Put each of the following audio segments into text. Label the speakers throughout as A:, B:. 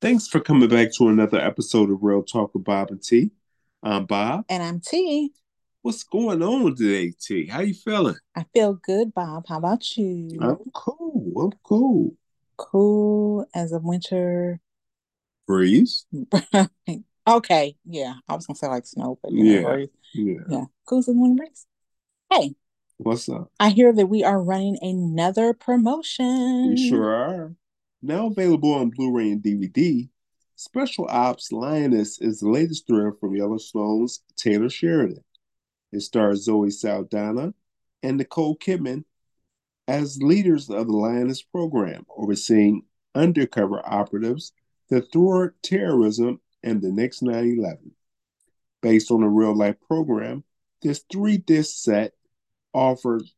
A: Thanks for coming back to another episode of Real Talk with Bob and T. I'm Bob.
B: And I'm T.
A: What's going on today, T? How you feeling?
B: I feel good, Bob. How about you?
A: I'm cool. I'm cool.
B: Cool as a winter.
A: Breeze?
B: okay. Yeah. I was going to say like snow, but you know,
A: Yeah.
B: breeze.
A: Yeah.
B: yeah. Cool as a winter breeze. Hey,
A: What's up?
B: I hear that we are running another promotion.
A: We sure are. Now available on Blu-ray and DVD, Special Ops Lioness is the latest thriller from Yellowstone's Taylor Sheridan. It stars Zoe Saldana and Nicole Kidman as leaders of the Lioness program, overseeing undercover operatives that thwart terrorism and the next 9 11. Based on a real life program, this three disc set offers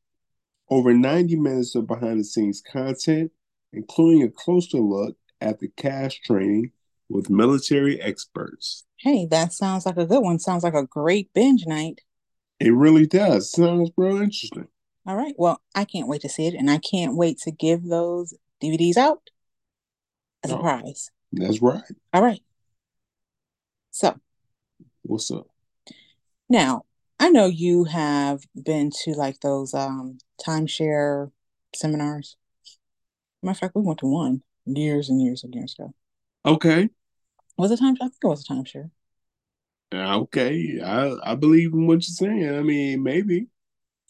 A: over 90 minutes of behind the scenes content, including a closer look at the cash training with military experts.
B: Hey, that sounds like a good one. Sounds like a great binge night.
A: It really does. Sounds real interesting.
B: All right. Well, I can't wait to see it. And I can't wait to give those DVDs out as a
A: Oh.
B: prize.
A: That's right.
B: All right. So
A: What's up?
B: now I know you have been to like those um timeshare seminars. Matter of fact, we went to one years and years and years ago.
A: Okay.
B: Was it time? I think it was a timeshare.
A: Yeah, Okay, I I believe in what you're saying. I mean, maybe.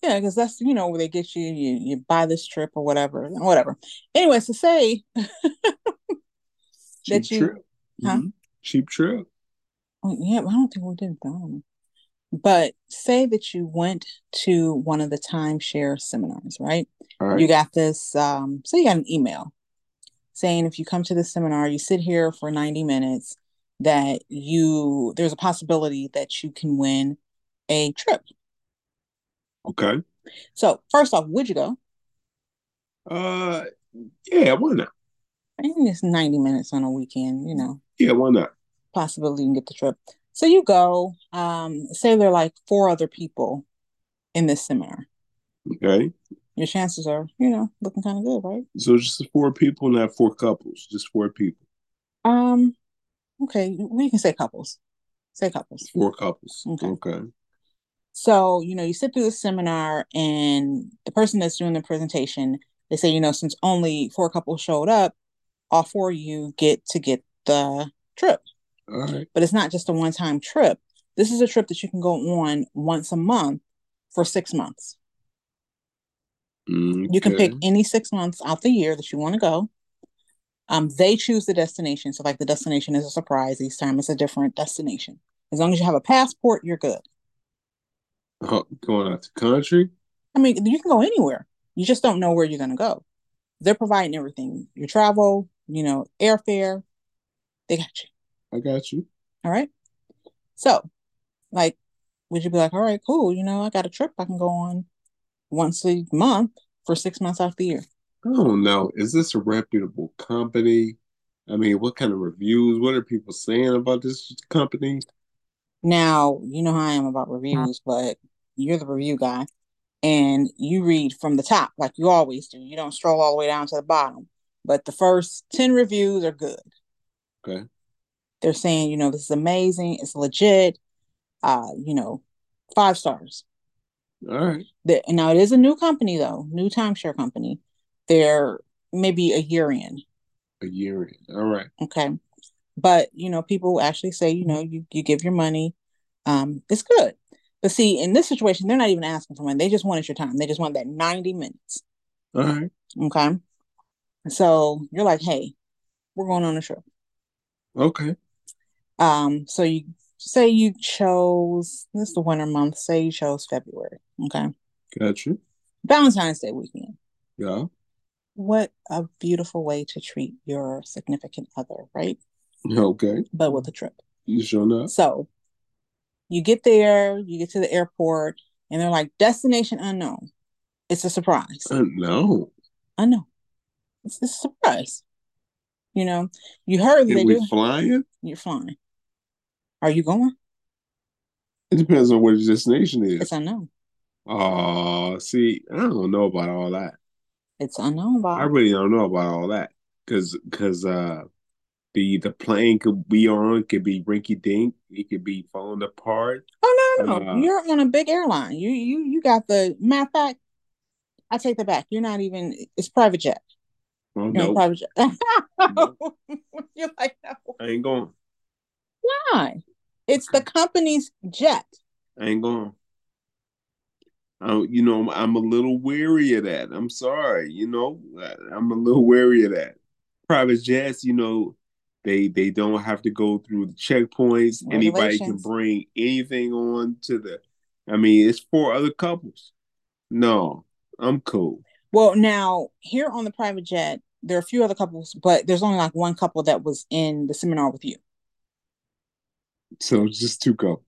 B: Yeah, because that's you know where they get you, you you buy this trip or whatever, whatever. Anyways, to say
A: Cheap
B: That you-
A: trip.
B: Huh?
A: Mhm. Cheap trip.
B: Oh, yeah, I don't think we did that. But say that you went to one of the timeshare seminars, right?
A: All right.
B: You got this, um, so you got an email saying if you come to the seminar, you sit here for 90 minutes, that you there's a possibility that you can win a trip.
A: okay.
B: So first off, would you go?
A: Uh yeah, why not?
B: I think it's 90 minutes on a weekend, you know,
A: Yeah, why not?
B: possibility you can get the trip. So you go, um, say there are like four other people in this seminar.
A: Okay.
B: your chances are, you know, looking kind of good, right?
A: So just four people, not four couples, just four people.
B: Um, okay, we can say couples. Say couples.
A: Four couples.
B: Okay.
A: Okay.
B: So, you know, you sit through the seminar and the person that's doing the presentation, they say, you know, since only four couples showed up, all four of you get to get the trip.
A: All right.
B: But it's not just a one time trip. This is a trip that you can go on once a month for six months.
A: Mm,
B: You can pick any six months out the year that you want to go. Um, they choose the destination. So, like, the destination is a surprise. Each time it's a different destination. As long as you have a passport, you're good.
A: Oh, going out to country.
B: I mean, you can go anywhere. You just don't know where you're going to go. They're providing everything your travel, you know, airfare. They got you.
A: I got you.
B: All right. So, like, would you be like, all right, cool. You know, I got a trip I can go on once a month for six months out of the year.
A: I don't know. Is this a reputable company? I mean, what kind of reviews? What are people saying about this company?
B: Now, you know how I am about reviews, but you're the review guy and you read from the top like you always do. You don't stroll all the way down to the bottom. But the first 10 reviews are good.
A: Okay.
B: They're saying, you know, this is amazing, it's legit, uh, you know, five stars.
A: All right.
B: The, now it is a new company though, new timeshare company. They're maybe a year in,
A: A year in. All right.
B: okay? But, you know, people actually say, you know, you, you give your money, um, it's good. But see, in this situation, they're not even asking for money. They just wanted your time. They just want that 90 minutes.
A: All right.
B: Okay. So you're like, hey, we're going on a trip.
A: Okay.
B: Um, so you say you chose this is the winter month, say you chose February. Okay.
A: Got you.
B: Valentine's Day weekend.
A: Yeah.
B: What a beautiful way to treat your significant other, right?
A: Okay.
B: But with a trip.
A: You sure enough.
B: So you get there, you get to the airport, and they're like, destination unknown. It's a surprise.
A: Uh, no.
B: I know. It's, it's a surprise. You know, you heard that
A: Are
B: they
A: we
B: do.
A: flying?
B: You're flying. Are you going?
A: It depends on what the destination is.
B: It's unknown.
A: Oh, see, I don't know about all that.
B: It's unknown,
A: I
B: Bob.
A: really don't know about all that because because uh the the plane could be on could be rinky dink. It could be falling apart.
B: Oh no, no,
A: Uh,
B: you're on a big airline. You you you got the matter of fact. I take that back. You're not even. It's private jet.
A: Well,
B: You're on
A: no,
B: private jet.
A: Nope.
B: you're like no.
A: I ain't going.
B: Why? It's the company's jet.
A: I ain't going. I, you know, I'm, I'm a little wary of that. I'm sorry. You know, I, am a little wary of that. Private jets, you know, they they don't have to go through the checkpoints. Anybody can
B: Regulations.
A: bring anything on to the. I mean, it's for other couples. No, I'm cool.
B: Well, now here on the private jet, there are a few other couples, but there's only like one couple that was in the seminar with you.
A: So it's just two couples.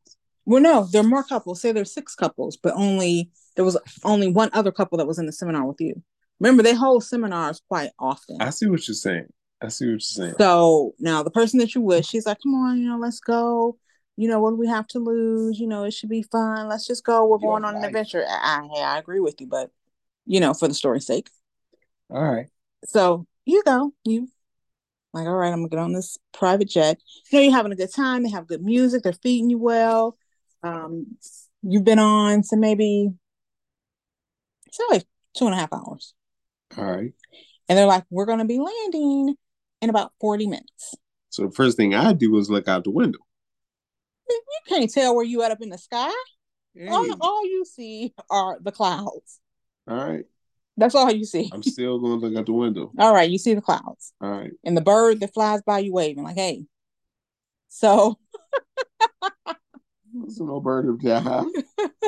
B: Well, no, there are more couples. Say there's six couples, but only there was only one other couple that was in the seminar with you. Remember, they hold seminars quite often.
A: I see what you're saying. I see what you're saying.
B: So now the person that you with, she's like, come on, you know, let's go. You know, what do we have to lose? You know, it should be fun. Let's just go. We're
A: Your
B: going on an
A: life.
B: adventure. I, I, hey, I agree with you, but, you know, for the story's sake.
A: All right.
B: So you go, you like, all right, I'm gonna get on this private jet. You know, you're having a good time. They have good music. They're feeding you well. Um, you've been on, so maybe it's not like two and a half hours.
A: All right.
B: And they're like, we're gonna be landing in about 40 minutes.
A: So the first thing I do is look out the window.
B: You can't tell where you at up in the sky.
A: Hey,
B: All, all you see are the clouds.
A: all right.
B: That's all you see.
A: I'm still going to look out the window.
B: All right, you see the clouds
A: All right.
B: and the bird that flies by you waving, like, hey. So,
A: There's no bird up there. huh?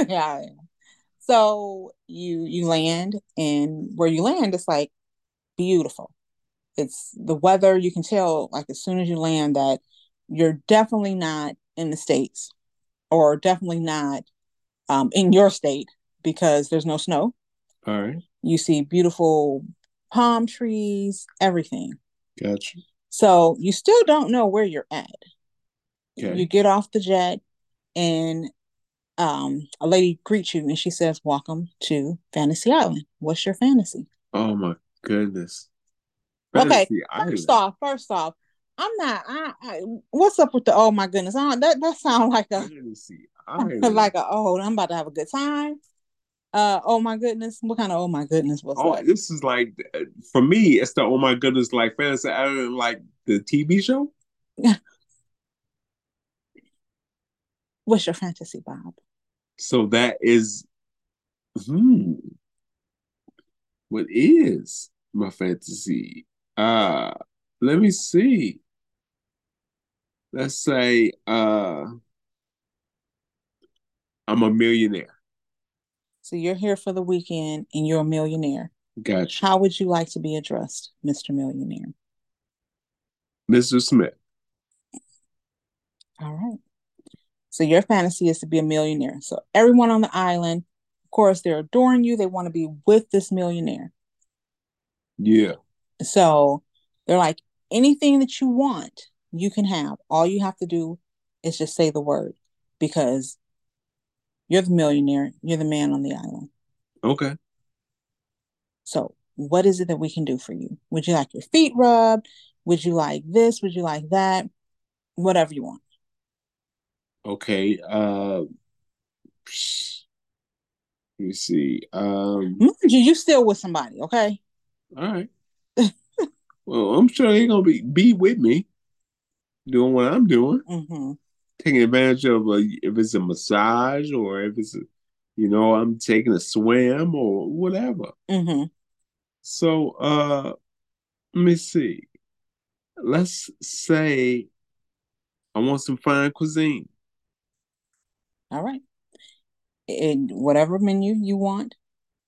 B: yeah. So you you land and where you land it's like beautiful. It's the weather, you can tell like as soon as you land that you're definitely not in the States or definitely not um, in your state because there's no snow.
A: All right.
B: You see beautiful palm trees, everything.
A: Gotcha.
B: So you still don't know where you're at.
A: Okay.
B: You get off the jet and um, a lady greets you and she says, Welcome to Fantasy Island. What's your fantasy?
A: Oh my goodness.
B: Okay,
A: Fantasy Island.
B: First off, first off, I'm not. I, I what's up with the oh my goodness? I, don't- that that sounds like a
A: Fantasy Island.
B: like a oh I'm about to have a good time. Uh oh my goodness, what kind of oh my goodness was
A: oh,
B: that?
A: this is like uh, for me. It's the oh my goodness, like Fantasy Island, like the TV show.
B: What's your fantasy, Bob?
A: So that is, hmm, what is my fantasy? Uh, let me see. Let's say uh, I'm a millionaire.
B: So you're here for the weekend and you're a millionaire.
A: Gotcha,
B: How would you like to be addressed, Mister Millionaire?
A: Mr. Smith.
B: All right. So your fantasy is to be a millionaire. So everyone on the island, of course, they're adoring you. They want to be with this millionaire.
A: Yeah.
B: So they're like, anything that you want, you can have. All you have to do is just say the word because you're the millionaire, you're the man on the island.
A: Okay.
B: So, what is it that we can do for you? Would you like your feet rubbed? Would you like this? Would you like that? Whatever you want.
A: Okay. Uh, let me see. Um.
B: Mind you, you still with somebody, okay?
A: All right. Well, I'm sure they're gonna be be with me, doing what I'm doing,
B: hmm
A: taking advantage of a, if it's a massage or if it's, a, you know, I'm taking a swim or whatever.
B: hmm
A: So, uh, let me see. Let's say I want some fine cuisine.
B: All right. And whatever menu you want,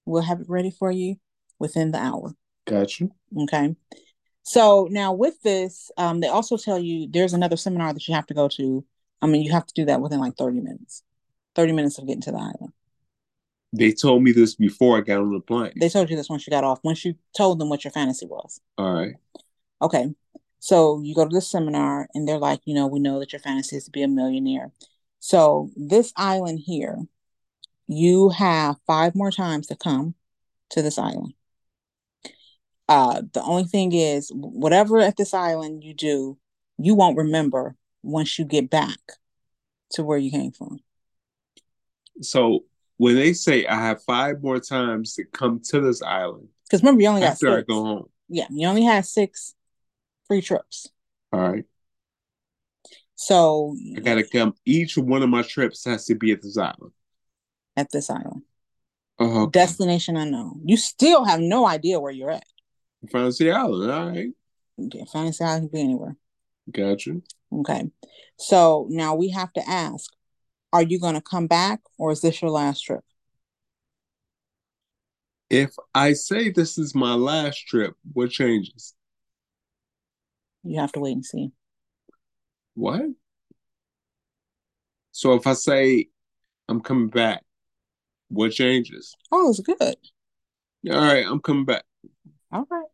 B: we'll have it ready for you within the hour.
A: Got you.
B: Okay. So now with this, um, they also tell you there's another seminar that you have to go to. I mean, you have to do that within like 30 minutes, 30 minutes of getting to the island.
A: They told me this before I got on the plane.
B: They told you this once you got off, once you told them what your fantasy was.
A: All right.
B: Okay. So you go to this seminar and they're like, you know, we know that your fantasy is to be a millionaire. So this island here, you have five more times to come to this island. Uh, the only thing is, whatever at this island you do, you won't remember once you get back to where you came from.
A: So when they say I have five more times to come to this island,
B: Because remember, you only got
A: after I
B: Oh, six.
A: go home,
B: Yeah, you only had six free trips.
A: all right,
B: So
A: I gotta come. Each one of my trips has to be at this island.
B: at this island,
A: Oh, okay.
B: destination unknown. You still have no idea where you're at.
A: Find the island. All right,
B: Okay, Fantasy island could be anywhere.
A: gotcha.
B: Okay. So now we have to ask, are you going to come back or is this your last trip?
A: If I say this is my last trip, what changes?
B: You have to wait and see.
A: What? So if I say I'm coming back, what changes?
B: Oh, it's good.
A: All right, I'm coming back.
B: All right.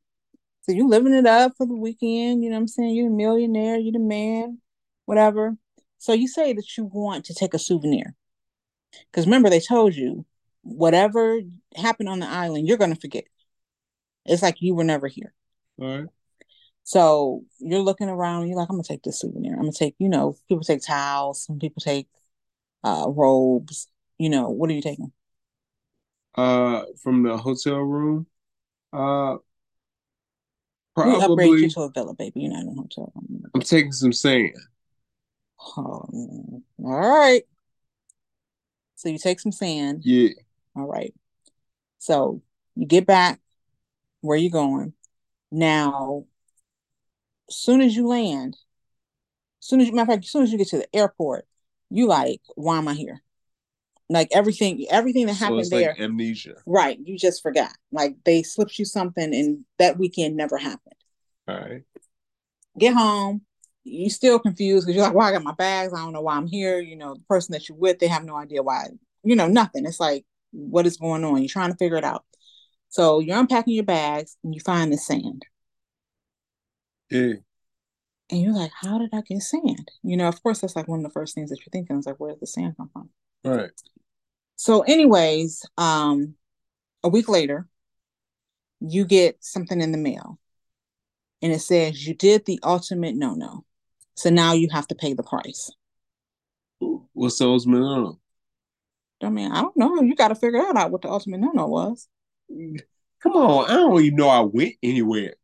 B: So you living it up for the weekend, you know what I'm saying? You're a millionaire, you're the man, whatever. So you say that you want to take a souvenir. Because remember, they told you whatever happened on the island, you're going to forget. It's like you were never here.
A: All right.
B: So you're looking around, you're like, I'm gonna take this souvenir. I'm gonna take, you know, people take towels, some people take uh robes, you know, what are you taking?
A: Uh, from the hotel room. Uh,
B: We'll upgrade
A: probably
B: you to a villa, baby. You're not in a hotel room.
A: I'm taking some sand.
B: Oh, man. all right. So you take some sand.
A: Yeah.
B: All right. So you get back where you going. Now, soon as you land, soon as you, matter of fact, soon as you get to the airport, you like, why am I here? Like everything, everything that
A: So
B: happened
A: it's
B: there.
A: like amnesia.
B: Right. You just forgot. Like they slipped you something and that weekend never happened.
A: All right.
B: Get home. You still confused because you're like, well, I got my bags. I don't know why I'm here. You know, the person that you're with, they have no idea why, you know, nothing. It's like, what is going on? You're trying to figure it out. So you're unpacking your bags and you find the sand.
A: Yeah.
B: And you're like, how did I get sand? You know, of course, that's like one of the first things that you're thinking is like, where did the sand come from?
A: All right.
B: So, anyways, um, a week later, you get something in the mail and it says you did the ultimate no no. So now you have to pay the price.
A: What's those minimum?
B: I mean, I don't know. You got to figure out what the ultimate no no was.
A: Come on, I don't even know I went anywhere.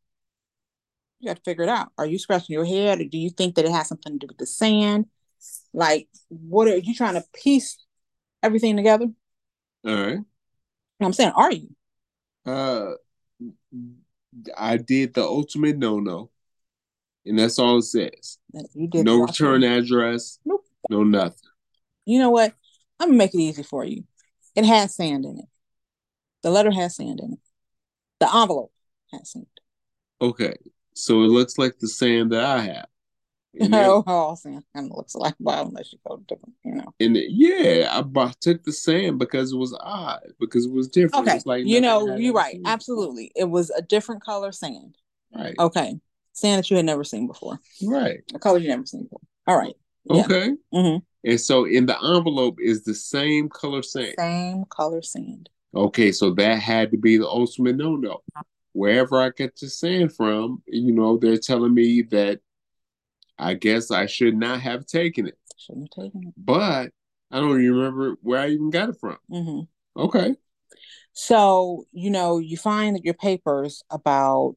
B: You got to figure it out. Are you scratching your head or do you think that it has something to do with the sand? Like, what are you trying to piece everything together? You
A: All right.
B: know what I'm saying, are you?
A: Uh, I did the ultimate no no, and that's all it says.
B: You did
A: No
B: the ultimate-
A: return address.
B: Nope.
A: No nothing.
B: You know what? I'm going to make it easy for you. It has sand in it. The letter has sand in it. The envelope has sand.
A: Okay. So it looks like the sand that I have. And it-
B: Oh, all sand kind of looks like, well, unless you go different, you know.
A: and it- yeah, I bought, took the sand because it was odd, because it was different. It
B: Okay,
A: was like
B: you
A: nothing I
B: know,
A: had
B: you're
A: ever
B: right.
A: seen before.
B: Absolutely. Oh. It was a different color sand.
A: Right.
B: Okay. Sand that you had never seen before.
A: Right.
B: A color you never seen before. All right. Yeah.
A: Okay.
B: Mhm.
A: And so in the envelope is the same color sand.
B: Same color sand.
A: Okay, so that had to be the ultimate no no. Wherever I get the sand from, you know, they're telling me that I guess I should not have taken it.
B: Shouldn't have taken it.
A: But I don't even remember where I even got it from.
B: Mhm.
A: Okay.
B: So, you know, you find that your papers about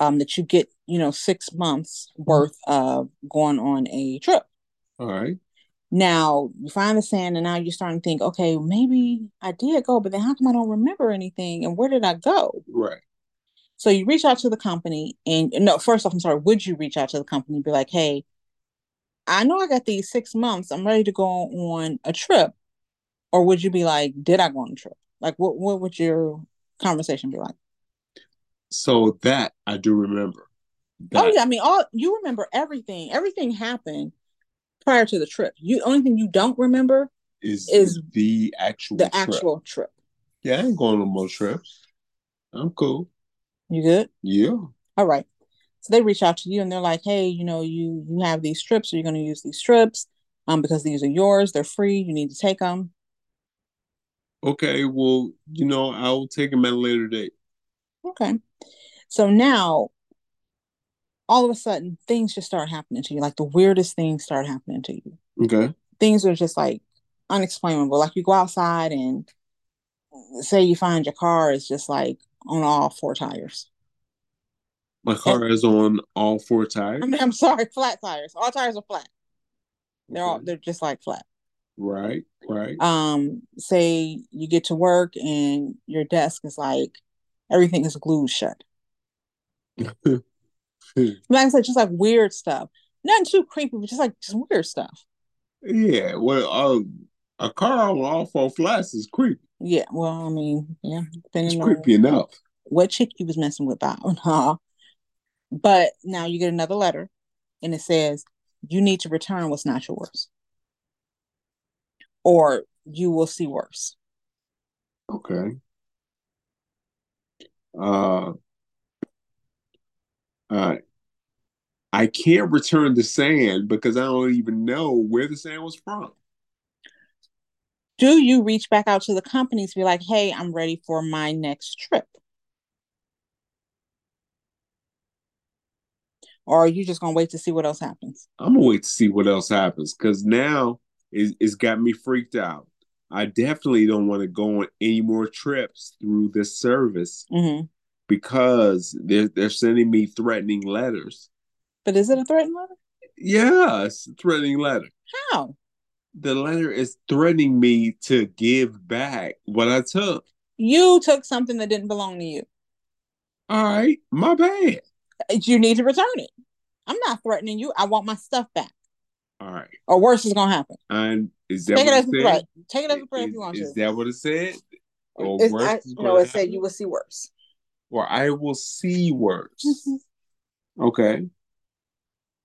B: um that you get, you know, six months worth of going on a trip.
A: All right.
B: Now you find the sand, and now you're starting to think, okay, maybe I did go, but then how come I don't remember anything? And where did I go?
A: Right.
B: So you reach out to the company, and no, first off, I'm sorry, would you reach out to the company and be like, hey, I know I got these six months, I'm ready to go on a trip? Or would you be like, did I go on a trip? Like, what, what would your conversation be like?
A: So that I do remember. That
B: Oh, yeah, I mean, all you remember everything, everything happened prior to the trip. You only thing you don't remember
A: is,
B: is
A: the actual
B: the
A: trip.
B: actual trip.
A: Yeah, I ain't going on more trips. I'm cool.
B: You good?
A: Yeah.
B: All right. So they reach out to you and they're like, "Hey, you know, you you have these strips, so you're going to use these strips, um, because these are yours. They're free. You need to take them."
A: Okay, well, you know, I'll take them at a later date.
B: Okay. So now all of a sudden things just start happening to you. Like the weirdest things start happening to you.
A: Okay.
B: Things are just like unexplainable. Like you go outside and say you find your car is just like on all four tires.
A: My car is on all four tires.
B: I mean, I'm sorry, flat tires. All tires are flat. They're
A: Mm-hmm.
B: all they're just like flat.
A: Right, right.
B: Um, say you get to work and your desk is like everything is glued shut. Like I said, just like weird stuff. Nothing too creepy, but just like just weird stuff.
A: yeah, well, uh, a car on all four flats is creepy.
B: Yeah. Well, I mean, yeah,
A: It's
B: depending on
A: creepy enough.
B: what chick you was messing with by But now you get another letter and it says you need to return what's not yours. Or you will see worse.
A: Okay. Uh, uh, I can't return the sand because I don't even know where the sand was from.
B: Do you reach back out to the companies be like, hey, I'm ready for my next trip? Or are you just gonna wait to see what else happens?
A: I'm gonna wait to see what else happens because now it, it's got me freaked out. I definitely don't want to go on any more trips through this service
B: Mm-hmm.
A: because they're they're sending me threatening letters.
B: But is it a threatened letter?
A: Yeah, it's a threatening letter.
B: How?
A: The letter is threatening me to give back what I took.
B: You took something that didn't belong to you.
A: All right, my bad.
B: You need to return it. I'm not threatening you. I want my stuff back.
A: All right,
B: Or worse is gonna happen.
A: and is that
B: Take it
A: what
B: as
A: it
B: a
A: said?
B: threat. Take it as a threat if you want
A: Is,
B: to.
A: is that what it said? Or
B: It's-
A: worse
B: I-
A: is
B: no,
A: gonna
B: it said
A: happen?
B: you will see worse.
A: Or I will see worse.
B: Mm-hmm.
A: Okay.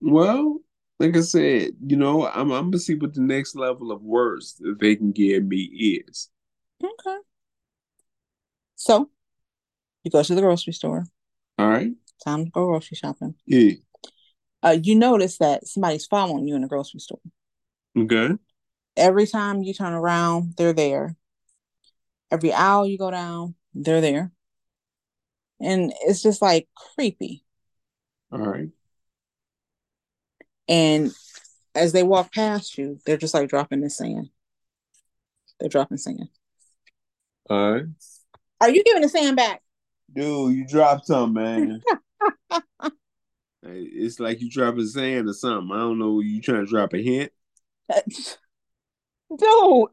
A: Well, like I said, you know, I'm I'm gonna see what the next level of words that they can give me is.
B: Okay. So you go to the grocery store.
A: All right.
B: Time to go grocery shopping.
A: Yeah.
B: Uh, you notice that somebody's following you in the grocery store.
A: Okay.
B: Every time you turn around, they're there. Every aisle you go down, they're there. And it's just like creepy.
A: All right.
B: And as they walk past you, they're just like dropping the sand. They're dropping sand.
A: All right.
B: Are you giving the sand back?
A: Dude, you dropped something, man. it's like you dropping sand or something. I don't know. You trying to drop a hint?
B: no.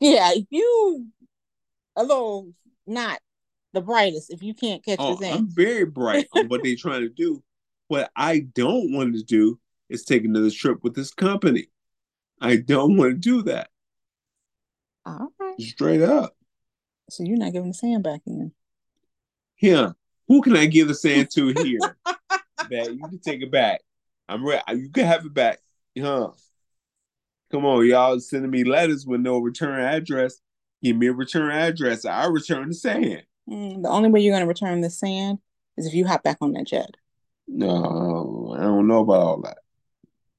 B: Yeah, you a little not the brightest if you can't catch
A: Oh,
B: the
A: I'm
B: sand.
A: very bright on what they're trying to do. What I don't want to do is take another trip with this company. I don't want to do that.
B: All right.
A: Straight up.
B: So you're not giving the sand back in.
A: Here, who can I give the sand to here? that you can take it back. I'm ready. You can have it back. Huh? Come on, y'all sending me letters with no return address. Give me a return address. I return the sand.
B: Mm, the only way you're going to return the sand is if you hop back on that jet.
A: No, I don't know about all that.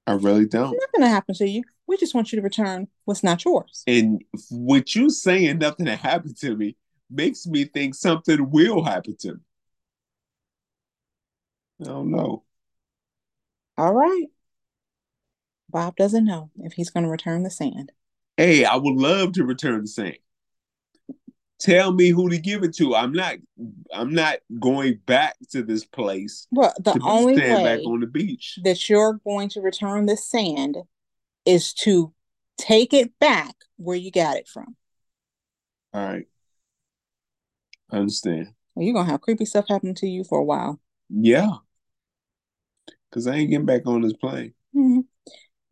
A: I really don't.
B: Nothing going to happen to you. We just want you to return what's not yours.
A: And with you saying nothing that happened to me makes me think something will happen to me. I don't know.
B: All right. Bob doesn't know if he's going to return the sand.
A: Hey, I would love to return the same. Tell me who to give it to. I'm not. I'm not going back to this place
B: Well, the
A: to be
B: only
A: stand back
B: way
A: on the beach.
B: that you're going to return the sand is to take it back where you got it from.
A: All right, I understand.
B: Well, you're going to have creepy stuff happen to you for a while.
A: Yeah, because I ain't getting back on this plane.
B: Mhm.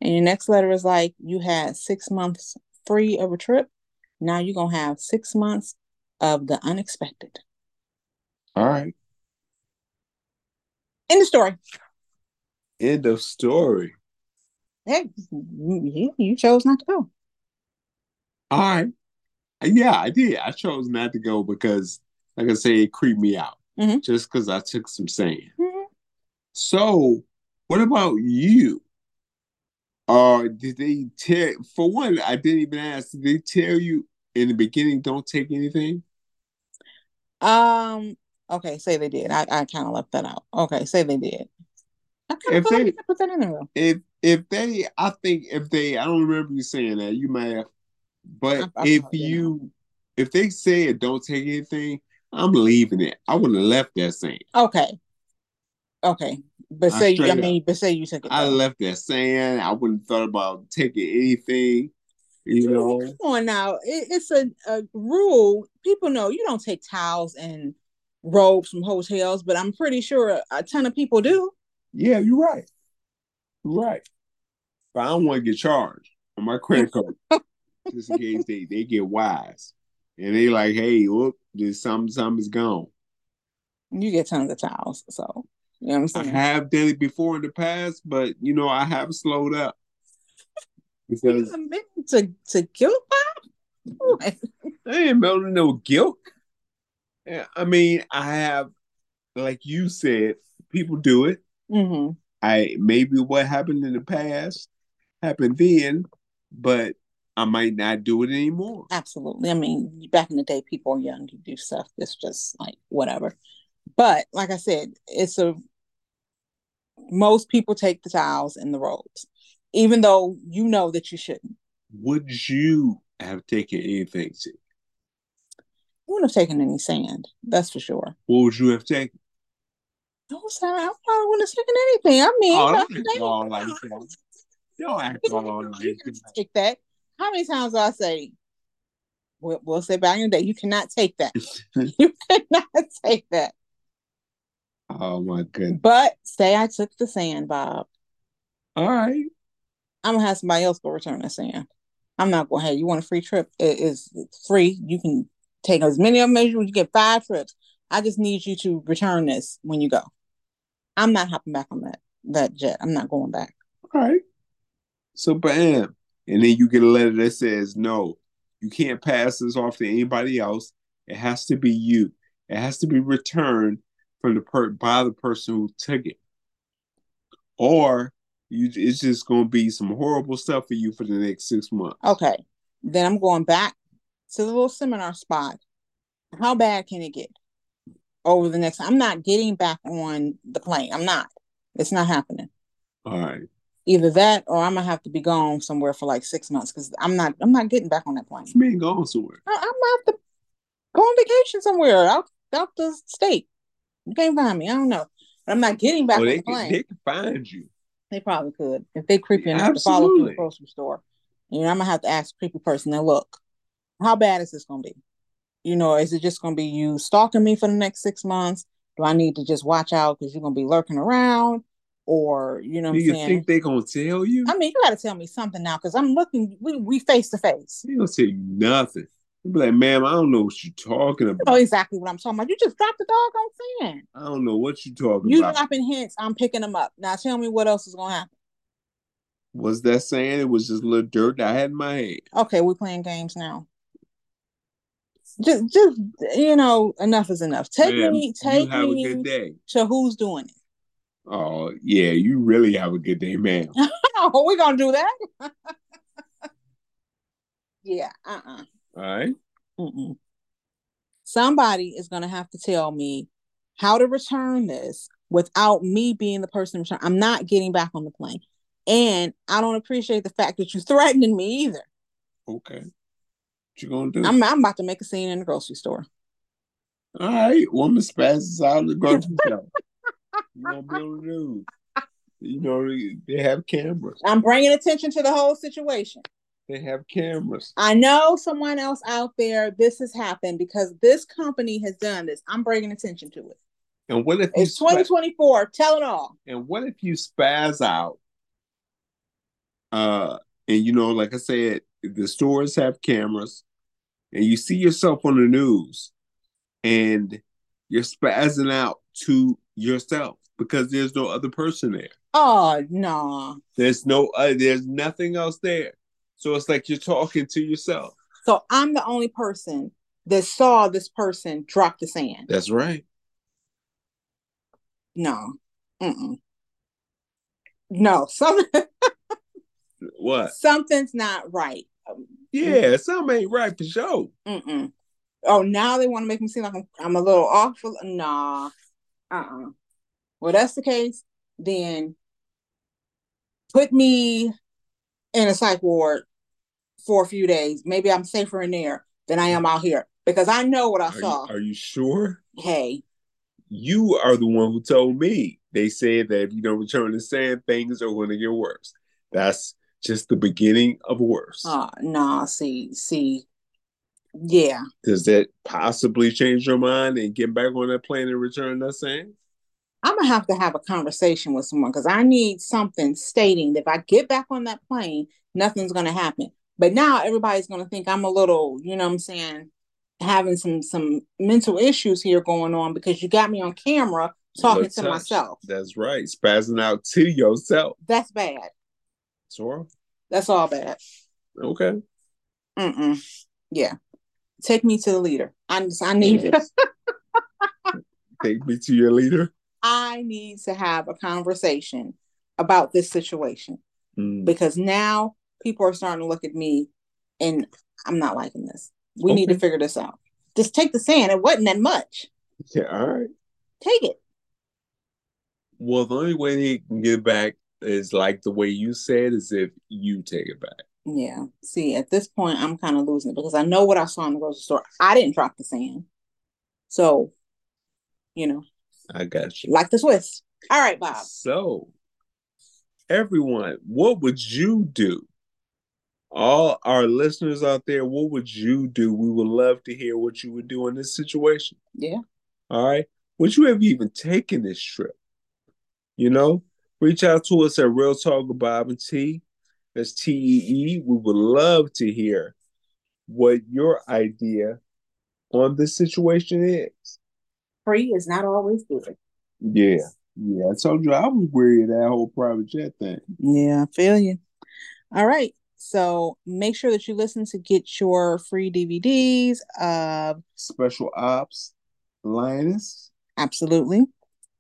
B: And your next letter is like, you had six months free of a trip. Now you're going to have six months of the unexpected.
A: All right.
B: End of story.
A: End of story.
B: Hey, you, you chose not to go.
A: All right. Yeah, I did. I chose not to go because, like I say, it creeped me out
B: Mhm.
A: just because I took some sand.
B: Mhm.
A: So, what about you? Uh, did they tell? For one, I didn't even ask. Did they tell you in the beginning? Don't take anything.
B: Um. Okay, say they did. I, I kind of left that out. Okay, say they did.
A: if they
B: put that in there. though.
A: if if they I think if they I don't remember you saying that you might have, but
B: I- I
A: if
B: probably didn't.
A: you if they say it don't take anything I'm leaving it I wouldn't have left that saying
B: Okay. Okay. But
A: I
B: say I,
A: straight up-
B: mean, but say you took it.
A: I
B: though.
A: left that saying I wouldn't have thought about taking anything you know
B: Come on now. It, it's a, a rule. People know you don't take towels and robes from hotels, but I'm pretty sure a, a ton of people do.
A: yeah you're right you're right but I don't want to get charged on my credit card just in case they they get wise and they like hey whoop there's something something's gone
B: You get tons of towels. So, you know what I'm
A: I
B: saying?
A: have done it before in the past, but you know, I have slowed up
B: You
A: because
B: committing to, to guilt Bob? What?
A: I ain't building no guilt. Yeah, I mean, I have, like you said, people do it.
B: Mhm.
A: I maybe what happened in the past happened then, but I might not do it anymore.
B: Absolutely. I mean, back in the day, people are young, you do stuff. It's just like whatever. But like I said, it's a most people take the towels and the robes, even though you know that you shouldn't.
A: Would you have taken anything? Sid?
B: You wouldn't have taken any sand, that's for sure.
A: What would you have taken?
B: No sand, I probably wouldn't have taken anything. I mean,
A: Oh,
B: I
A: don't act all like that. Don't act all like that.
B: can't take that. How many times do I say, we'll, we'll say back in the day, you cannot take that. You cannot take that.
A: Oh my goodness.
B: But say I took the sand, Bob.
A: All right.
B: I'm gonna have somebody else go return that sand. I'm not going. Hey, you want a free trip? It is it's free. You can take as many of them as you. You get five trips. I just need you to return this when you go. I'm not hopping back on that that jet. I'm not going back.
A: All right. So bam. And then you get a letter that says, no, you can't pass this off to anybody else. It has to be you. It has to be returned from the per- by the person who took it. Or you it's just gonna be some horrible stuff for you for the next six months.
B: Okay. Then I'm going back to the little seminar spot. How bad can it get over the next? I'm not getting back on the plane. I'm not. It's not happening.
A: All right.
B: Either that, or I'm gonna have to be gone somewhere for like six months because I'm not. I'm not getting back on that plane.
A: You mean going somewhere.
B: I, I'm out to go on vacation somewhere out out the state. You can't find me. I don't know. But I'm not getting back
A: Oh,
B: on
A: they
B: the
A: can
B: plane.
A: they can find you.
B: They probably could if they creepy enough to follow through
A: Absolutely.
B: the grocery store. You know, I'm gonna have to ask a creepy person. Now, look, how bad is this gonna be? You know, is it just gonna be you stalking me for the next six months? Do I need to just watch out because you're gonna be lurking around, or you know, what
A: Do
B: I'm
A: you
B: saying?
A: think they gonna tell you?
B: I mean, you gotta tell me something now because I'm looking. We we face to face.
A: They don't tell you nothing. They be like, ma'am, I don't know what you're talking
B: You know
A: about.
B: exactly what I'm talking about. You just dropped the dog on sand.
A: I don't know what you're talking
B: Oh. You
A: about.
B: dropping hints. I'm picking them up. Now tell me what else is gonna happen.
A: was that saying it was just little dirt that I had in my hand.
B: Okay, we're playing games now. Just, just you know, enough is enough. Take
A: Man,
B: me,
A: you
B: take
A: have a good
B: me
A: day.
B: to who's doing it.
A: Oh yeah, you really have a good day, man.
B: Oh, we're gonna do that. Yeah. Uh. uh
A: All right.
B: Mm-mm. Somebody is gonna have to tell me how to return this without me being the person to return. I'm not getting back on the plane, and I don't appreciate the fact that you're threatening me either.
A: Okay. What you gonna do?
B: I'm, I'm about to make a scene in the grocery store.
A: All right. Woman spasses out in the grocery store. You gonna be on the news. You know they they have cameras.
B: I'm bringing attention to the whole situation.
A: They have cameras.
B: I know someone else out there, this has happened because this company has done this. I'm bringing attention to it.
A: And what if you
B: It's
A: spa-
B: 2024. Tell it all.
A: and what if you spaz out? Uh, and you know, like I said, the stores have cameras, and you see yourself on the news. and you're spazzing out to yourself because there's no other person there.
B: Oh, no.
A: There's no, uh, there's nothing else there. So it's like you're talking to yourself.
B: So I'm the only person that saw this person drop the sand.
A: That's right.
B: No. Mm-mm. No. Something,
A: What?
B: something's not right.
A: Yeah, something ain't right for sure.
B: Mm-mm. Oh, now they want to make me seem like I'm, I'm a little awful. Nah. Uh-uh. Well, that's the case. Then put me in a psych ward for a few days. Maybe I'm safer in there than I am out here because I know what I
A: Are you-
B: saw.
A: are you sure?
B: hey,
A: you are the one who told me. They said that if you don't return the sand, things are going to get worse. That's just the beginning of worse.
B: uh, nah, see, see, yeah,
A: Does that possibly change your mind and get back on that plane and return that sand?
B: I'm gonna have to have a conversation with someone because I need something stating that if I get back on that plane, nothing's gonna happen. But now everybody's gonna think I'm a little, you know what I'm saying, having some some mental issues here going on because you got me on camera talking
A: Look
B: to
A: tough.
B: myself.
A: That's right. Spazzing out to yourself.
B: That's bad.
A: Sora.
B: That's all bad.
A: Okay.
B: Mm-mm. Yeah. Take me to the leader. I just, I need
A: Take me to your leader.
B: I need to have a conversation about this situation.
A: Mm.
B: because now people are starting to look at me and I'm not liking this. We need to
A: Okay.
B: figure this out. Just take the sand. It wasn't that much.
A: Yeah, all right.
B: Take it.
A: Well, the only way they can get back is like the way you said, is if you take it back.
B: Yeah. See, at this point, I'm kind of losing it because I know what I saw in the grocery store. I didn't drop the sand. So, you know,
A: I got you.
B: like the Swiss. All right, Bob.
A: So, everyone, what would you do? All our listeners out there, what would you do? We would love to hear what you would do in this situation.
B: Yeah.
A: All right. Would you have even taken this trip? You know, reach out to us at Real Talk with Bob and T. That's T E E. We would love to hear what your idea on this situation is.
B: Free is not always good.
A: Yeah. Yeah. I told you I was weary of that whole private jet thing.
B: Yeah, I feel you. All right. So make sure that you listen to get your free DVDs. Uh,
A: Special ops, Linus.
B: Absolutely.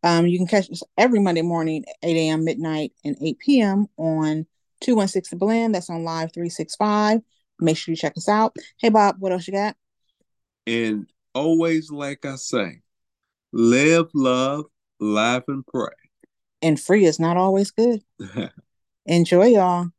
B: Um, you can catch us every Monday morning, 8 a.m., midnight, and 8 p.m. on 216 The Blend. That's on Live 365. Make sure you check us out. Hey, Bob, what else you got?
A: And always, like I say, live, love, laugh, and pray.
B: And free is not always good. Enjoy, y'all.